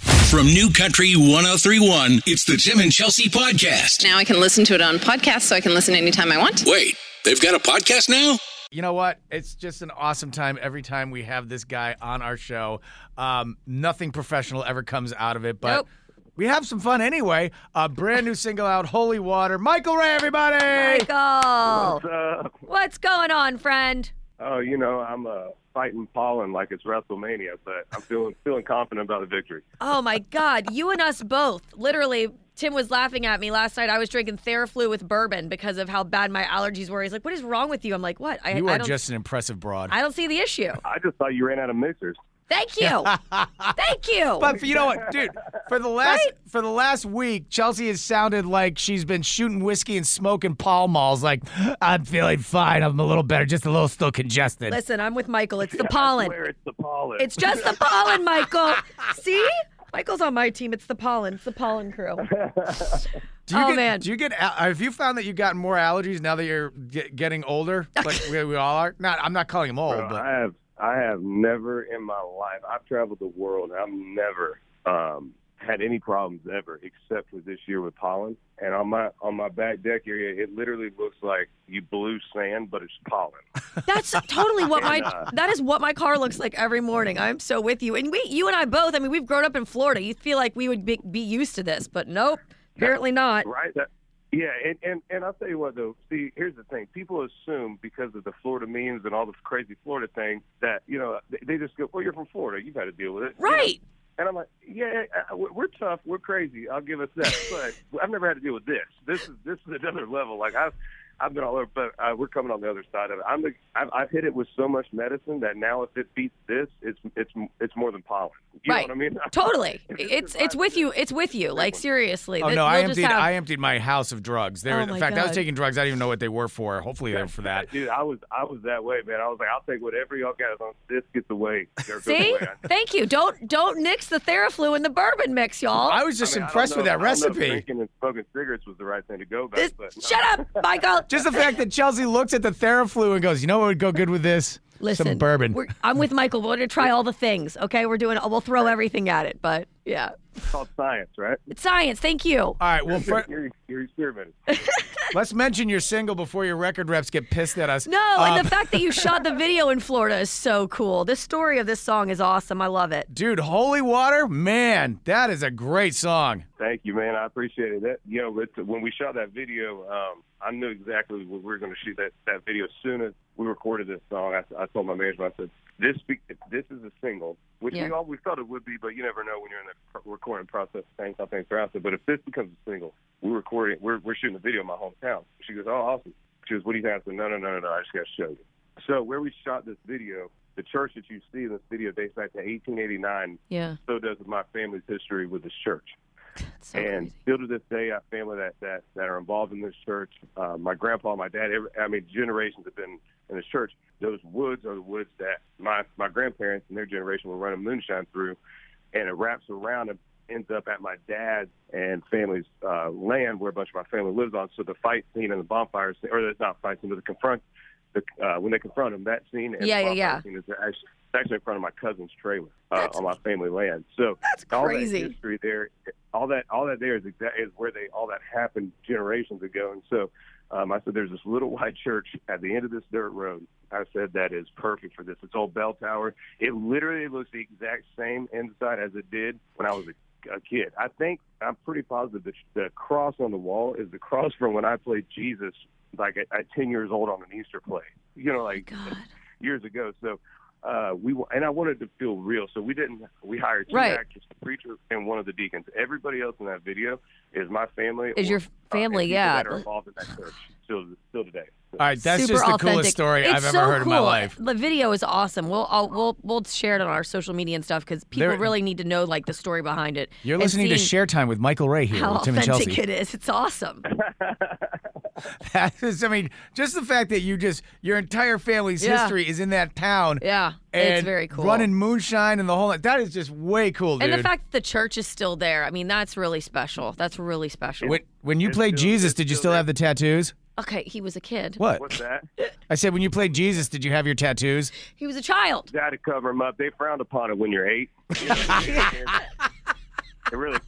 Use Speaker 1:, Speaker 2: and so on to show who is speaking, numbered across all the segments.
Speaker 1: From New Country 1031, it's the Tim and Chelsea podcast.
Speaker 2: Now I can listen to it on podcast, so I can listen anytime I want.
Speaker 1: Wait, they've got a podcast now?
Speaker 3: You know what? It's just an awesome time every time we have this guy on our show. Um, nothing professional ever comes out of it, but
Speaker 2: Nope.
Speaker 3: we have some fun anyway. A brand new single out, Holy Water. Michael Ray, everybody!
Speaker 4: Michael,
Speaker 5: Uh,
Speaker 4: what's going on, friend?
Speaker 5: oh, you know, I'm uh, fighting pollen like it's WrestleMania, but I'm feeling feeling confident about the victory.
Speaker 4: Oh my God, you and us both. Literally, Tim was laughing at me last night. I was drinking Theraflu with bourbon because of how bad my allergies were. He's like, "What is wrong with you?" I'm like, "What? I,
Speaker 3: You
Speaker 4: I
Speaker 3: are
Speaker 4: don't,
Speaker 3: just an impressive broad.
Speaker 4: I don't see the issue."
Speaker 5: I just thought you ran out of mixers.
Speaker 4: Thank you, thank you.
Speaker 3: But for, you know what, dude? For the last for the last week, Chelsea has sounded like she's been shooting whiskey and smoking Pall Malls. Like I'm feeling fine. I'm a little better, just a little still congested.
Speaker 4: Listen, I'm with Michael. It's the
Speaker 5: I
Speaker 4: pollen.
Speaker 5: swear it's the pollen.
Speaker 4: It's just the pollen, Michael. See, Michael's on my team. It's the pollen. It's the pollen crew.
Speaker 3: Do you
Speaker 4: Oh,
Speaker 3: get,
Speaker 4: man.
Speaker 3: Do you get? al- Have you found that you've gotten more allergies now that you're get, getting older? Like we, we all are. Not. I'm not calling him old,
Speaker 5: Bro,
Speaker 3: but
Speaker 5: I have I have never in my life. I've traveled the world. and I've never um, had any problems ever, except for this year with pollen. And on my on my back deck area, it literally looks like you blew sand, but it's pollen.
Speaker 4: That's totally what my
Speaker 5: And, uh,
Speaker 4: that is what my car looks like every morning. I'm so with you. And we you and I both, I mean, we've grown up in Florida. You feel like we would be, be used to this, but nope. Apparently not.
Speaker 5: Right. That, yeah, and, and and I'll tell you what though. See, here's the thing: people assume because of the Florida memes and all the crazy Florida thing that you know they, they just go, "Well, you're from Florida, you've had to deal with it." You know?
Speaker 4: Right.
Speaker 5: And I'm like, "Yeah, uh, we're we're tough, we're crazy. I'll give us that." but I've never had to deal with this. This is this is another level. Like I've I've been all over, but uh, we're coming on the other side of it. I'm the, I've, I've hit it with so much medicine that now if it beats this, it's it's it's more than pollen. You
Speaker 4: Right.
Speaker 5: know what I mean?
Speaker 4: Totally.
Speaker 5: If it
Speaker 4: It's it's
Speaker 5: survives
Speaker 4: with
Speaker 5: this-
Speaker 4: you. It's with you. Like seriously.
Speaker 3: oh
Speaker 4: That-
Speaker 3: no, I
Speaker 4: you'll just
Speaker 3: emptied.
Speaker 4: have-
Speaker 3: I emptied my house of drugs. There,
Speaker 4: Oh,
Speaker 3: in
Speaker 4: my
Speaker 3: fact, I was
Speaker 4: God.
Speaker 3: taking drugs. I didn't even know what they were for. Hopefully, they were for that.
Speaker 5: Dude, I was I was that way, man. I was like, I'll take whatever y'all got as long as this gets away. There goes
Speaker 4: See?
Speaker 5: away. I-
Speaker 4: Thank you. Don't don't nix the Theraflu and the bourbon mix, y'all.
Speaker 3: I was just
Speaker 5: I mean, I
Speaker 3: impressed
Speaker 5: don't
Speaker 3: with
Speaker 5: know-
Speaker 3: that
Speaker 5: I don't know if
Speaker 3: recipe.
Speaker 5: Drinking and smoking cigarettes was the right thing to go back.
Speaker 4: This-
Speaker 5: but
Speaker 4: shut up, Michael.
Speaker 3: Just the fact that Chelsea looks at the Theraflu and goes, "You know what would go good with this?
Speaker 4: Listen,
Speaker 3: Some bourbon."
Speaker 4: We're, I'm with Michael. We're gonna try all the things. Okay, we're doing. We'll throw everything at it. But yeah,
Speaker 5: it's called science, right?
Speaker 4: it's science. Thank you.
Speaker 3: All right. Well, fir-
Speaker 5: you're, you're experimenting.
Speaker 3: let's mention your single before your record reps get pissed at us.
Speaker 4: No,
Speaker 3: Um,
Speaker 4: and the fact that you shot the video in Florida is so cool. This story of this song is awesome. I love it.
Speaker 3: dude, Holy Water, man, that is a great song.
Speaker 5: Thank you, man. I appreciate it. That you know, it's, when we shot that video, um, I knew exactly what we were going to shoot that that video. As soon as we recorded this song, I, I told my manager, I said, "This be- this is a single, which
Speaker 4: Yeah.
Speaker 5: we all we thought it would be, but you never know when you're in the pr- recording process, things how things are out there. But if this becomes a single, we're recording, we're we're shooting a video in my hometown." She goes, "Oh, awesome." She goes, "What do you think?" I said, "No, no, no, no, no. I just got to show you." So where we shot this video, the church that you see in this video dates back to 1889.
Speaker 4: Yeah.
Speaker 5: So does my family's history with this church
Speaker 4: So
Speaker 5: and
Speaker 4: crazy.
Speaker 5: still to this day, I have family that that that are involved in this church. Uh, my grandpa, my dad, every, I mean, generations have been in this church. Those woods are the woods that my my grandparents and their generation were running moonshine through, and it wraps around and ends up at my dad's and family's uh, land where a bunch of my family lives on. So the fight scene and the bonfire scene, or not fight scene, but the confront. The, uh, when they confront him, that scene and
Speaker 4: Yeah, yeah,
Speaker 5: the bonfire
Speaker 4: yeah.
Speaker 5: scene is actually, it's actually in front of my cousin's trailer uh,
Speaker 4: That's-
Speaker 5: on my family land. So
Speaker 4: That's
Speaker 5: all
Speaker 4: crazy. Oh
Speaker 5: that history there, all that all that there is exactly is where they all that happened generations ago. And so um, I said, there's this little white church at the end of this dirt road. I said that is perfect for this. It's old bell tower. It literally looks the exact same inside as it did when I was a, a kid. I think I'm pretty positive that the cross on the wall is the cross from when I played Jesus, like at, at 10 years old on an Easter play. You know, like
Speaker 4: God.
Speaker 5: years ago. So uh, we wa- and I wanted to feel real, so we didn't. We hired two
Speaker 4: Right.
Speaker 5: actors, the preacher, and one of the deacons. Everybody else in that video is my family.
Speaker 4: Is
Speaker 5: or, uh,
Speaker 4: your family,
Speaker 5: and people
Speaker 4: yeah.
Speaker 5: that are involved in that church still still today. So,
Speaker 3: All right, that's
Speaker 4: Super
Speaker 3: just the
Speaker 4: authentic.
Speaker 3: coolest story
Speaker 4: It's
Speaker 3: I've ever
Speaker 4: so
Speaker 3: heard in my
Speaker 4: cool.
Speaker 3: life.
Speaker 4: The video is awesome. We'll I'll, we'll we'll share it on our social media and stuff because people
Speaker 3: There-
Speaker 4: really need to know like the story behind it.
Speaker 3: You're
Speaker 4: and
Speaker 3: listening to
Speaker 4: seeing
Speaker 3: Share Time with Michael Ray here
Speaker 4: How
Speaker 3: with Tim and
Speaker 4: authentic
Speaker 3: Chelsea.
Speaker 4: it is. It's awesome.
Speaker 3: That is, I mean, just the fact that you just your entire family's
Speaker 4: Yeah.
Speaker 3: history is in that town.
Speaker 4: Yeah.
Speaker 3: and
Speaker 4: it's very cool.
Speaker 3: Running moonshine and the whole that is just way cool, dude.
Speaker 4: and the fact that the church is still there, I mean, that's really special. That's really special.
Speaker 3: when, when you played
Speaker 5: still-
Speaker 3: Jesus,
Speaker 5: it's
Speaker 3: did you
Speaker 5: still
Speaker 3: still
Speaker 5: there.
Speaker 3: have the tattoos?
Speaker 4: Okay, he was a kid.
Speaker 3: What?
Speaker 5: What's that?
Speaker 3: I said when you played Jesus, did you have your tattoos?
Speaker 4: He was a child.
Speaker 5: Got to cover them up. They frowned upon it when you're eight.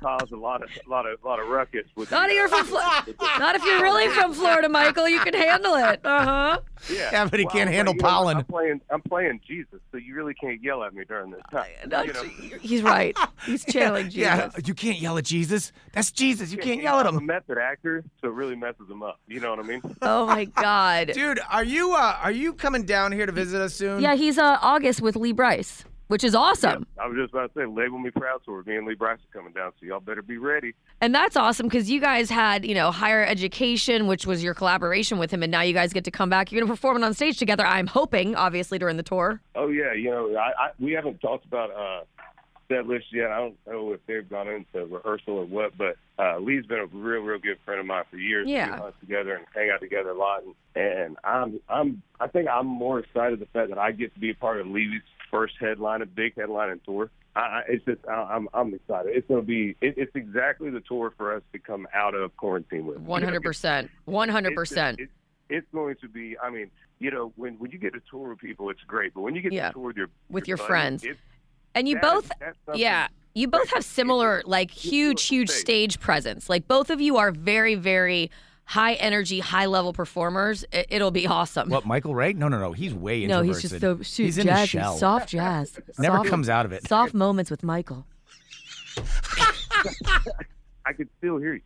Speaker 5: caused a lot of a lot of a lot of ruckus with
Speaker 4: Not if
Speaker 5: the,
Speaker 4: you're
Speaker 5: uh,
Speaker 4: from Flo- not if you're really from Florida, Michael. You can handle it. Uh huh.
Speaker 5: yeah.
Speaker 3: Yeah, but he can't
Speaker 5: I'm
Speaker 3: handle
Speaker 5: playing- you know,
Speaker 3: pollen.
Speaker 5: I'm playing I'm playing Jesus, so you really can't yell at me during this time. You know,
Speaker 4: He's right. He's channeling Jesus.
Speaker 3: Yeah, you can't yell at Jesus. That's Jesus. You can't yell at
Speaker 5: I'm a
Speaker 3: him.
Speaker 5: method actor, so it really messes them up. You know what I mean?
Speaker 4: Oh my God.
Speaker 3: Dude, are you uh, are you coming down here to visit us soon?
Speaker 4: Yeah, he's uh, August with Lee Bryce, which is awesome.
Speaker 5: I was just about to say, label me proud tour. Me and Lee Bryce are coming down, so y'all better be ready.
Speaker 4: And that's awesome because you guys had, you know, higher education, which was your collaboration with him, and now you guys get to come back. You're gonna perform it on stage together. I'm hoping, obviously, during the tour.
Speaker 5: Oh yeah, you know, I, I we haven't talked about uh set list yet. I don't know if they've gone into rehearsal or what, but uh Lee's been a real, real good friend of mine for years.
Speaker 4: Yeah.
Speaker 5: We hunt together and hang out together a lot and, and I'm I'm I think I'm more excited the fact that I get to be a part of Lee's first headline and big headline and tour. I, I it's just I, I'm I'm excited. It's gonna be it, it's exactly the tour for us to come out of quarantine with. You know,
Speaker 4: One hundred percent. One hundred percent.
Speaker 5: it's, it's going to be. I mean, you know, when when you get to tour with people, it's great. But when you get
Speaker 4: Yeah.
Speaker 5: to tour with your
Speaker 4: With your
Speaker 5: buddies,
Speaker 4: friends.
Speaker 5: it's-
Speaker 4: And you
Speaker 5: that
Speaker 4: both
Speaker 5: is- that's something-
Speaker 4: Yeah. You both have similar, like, huge, huge stage presence. Like, both of you are very, very high energy, high level performers. I- It'll be awesome.
Speaker 3: What, Michael Ray? No, no, no. He's way
Speaker 4: no,
Speaker 3: introverted.
Speaker 4: he's just so shoot,
Speaker 3: He's in
Speaker 4: jazzy,
Speaker 3: his shell.
Speaker 4: soft jazz.
Speaker 3: Never
Speaker 4: soft,
Speaker 3: comes out of it.
Speaker 4: Soft moments with Michael.
Speaker 5: I can still hear you.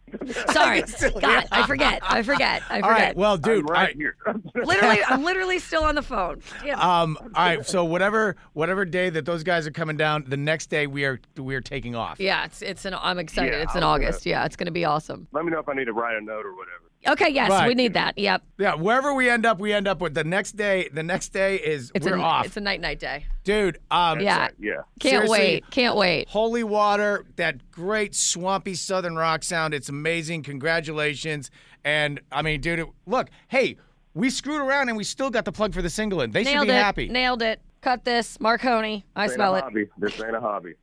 Speaker 4: Sorry, God, I forget. I forget. I forget.
Speaker 3: All right, well,
Speaker 5: I'm
Speaker 3: dude, all
Speaker 5: right
Speaker 3: right.
Speaker 5: here.
Speaker 4: literally, I'm literally still on the phone. Damn.
Speaker 3: Um, all right. So whatever whatever day that those guys are coming down, the next day we are we are taking off.
Speaker 4: yeah, it's it's an. I'm excited.
Speaker 5: Yeah,
Speaker 4: it's in
Speaker 5: I'll, uh,
Speaker 4: August. Yeah, it's gonna be awesome.
Speaker 5: Let me know if I need to write a note or whatever.
Speaker 4: Okay, yes, we
Speaker 3: Right.
Speaker 4: need that. Yep,
Speaker 3: Yeah, wherever we end up, we end up with the next day. The next day is
Speaker 4: it's
Speaker 3: we're
Speaker 4: a
Speaker 3: off,
Speaker 4: it's a night night day.
Speaker 3: dude. Um,
Speaker 4: Yeah,
Speaker 5: Right, yeah.
Speaker 4: can't
Speaker 3: Seriously.
Speaker 4: wait. Can't wait.
Speaker 3: Holy water, that great swampy southern rock sound. It's amazing. Congratulations. And I mean, dude, it- look, hey, we screwed around and we still got the plug for the single in. They should
Speaker 4: Nailed
Speaker 3: be
Speaker 4: it.
Speaker 3: happy.
Speaker 4: Nailed it. Cut this, Marconi. I
Speaker 5: This ain't
Speaker 4: smell
Speaker 5: a
Speaker 4: it.
Speaker 5: hobby. This ain't a hobby.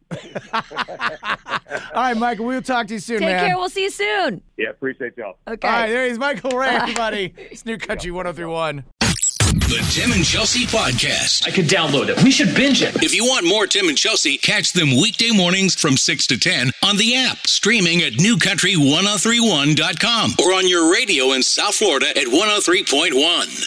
Speaker 3: All right, Michael, we'll talk to you soon,
Speaker 4: Take
Speaker 3: man.
Speaker 4: care. We'll see you soon.
Speaker 5: Yeah, appreciate y'all.
Speaker 4: Okay.
Speaker 3: All right, there he's Michael Ray, everybody. It's New Country 1031.
Speaker 1: The Tim and Chelsea Podcast.
Speaker 6: I could download it. We should binge it.
Speaker 1: If you want more Tim and Chelsea, catch them weekday mornings from 6 to 10 on the app, streaming at newcountry1031.com or on your radio in South Florida at 103.1.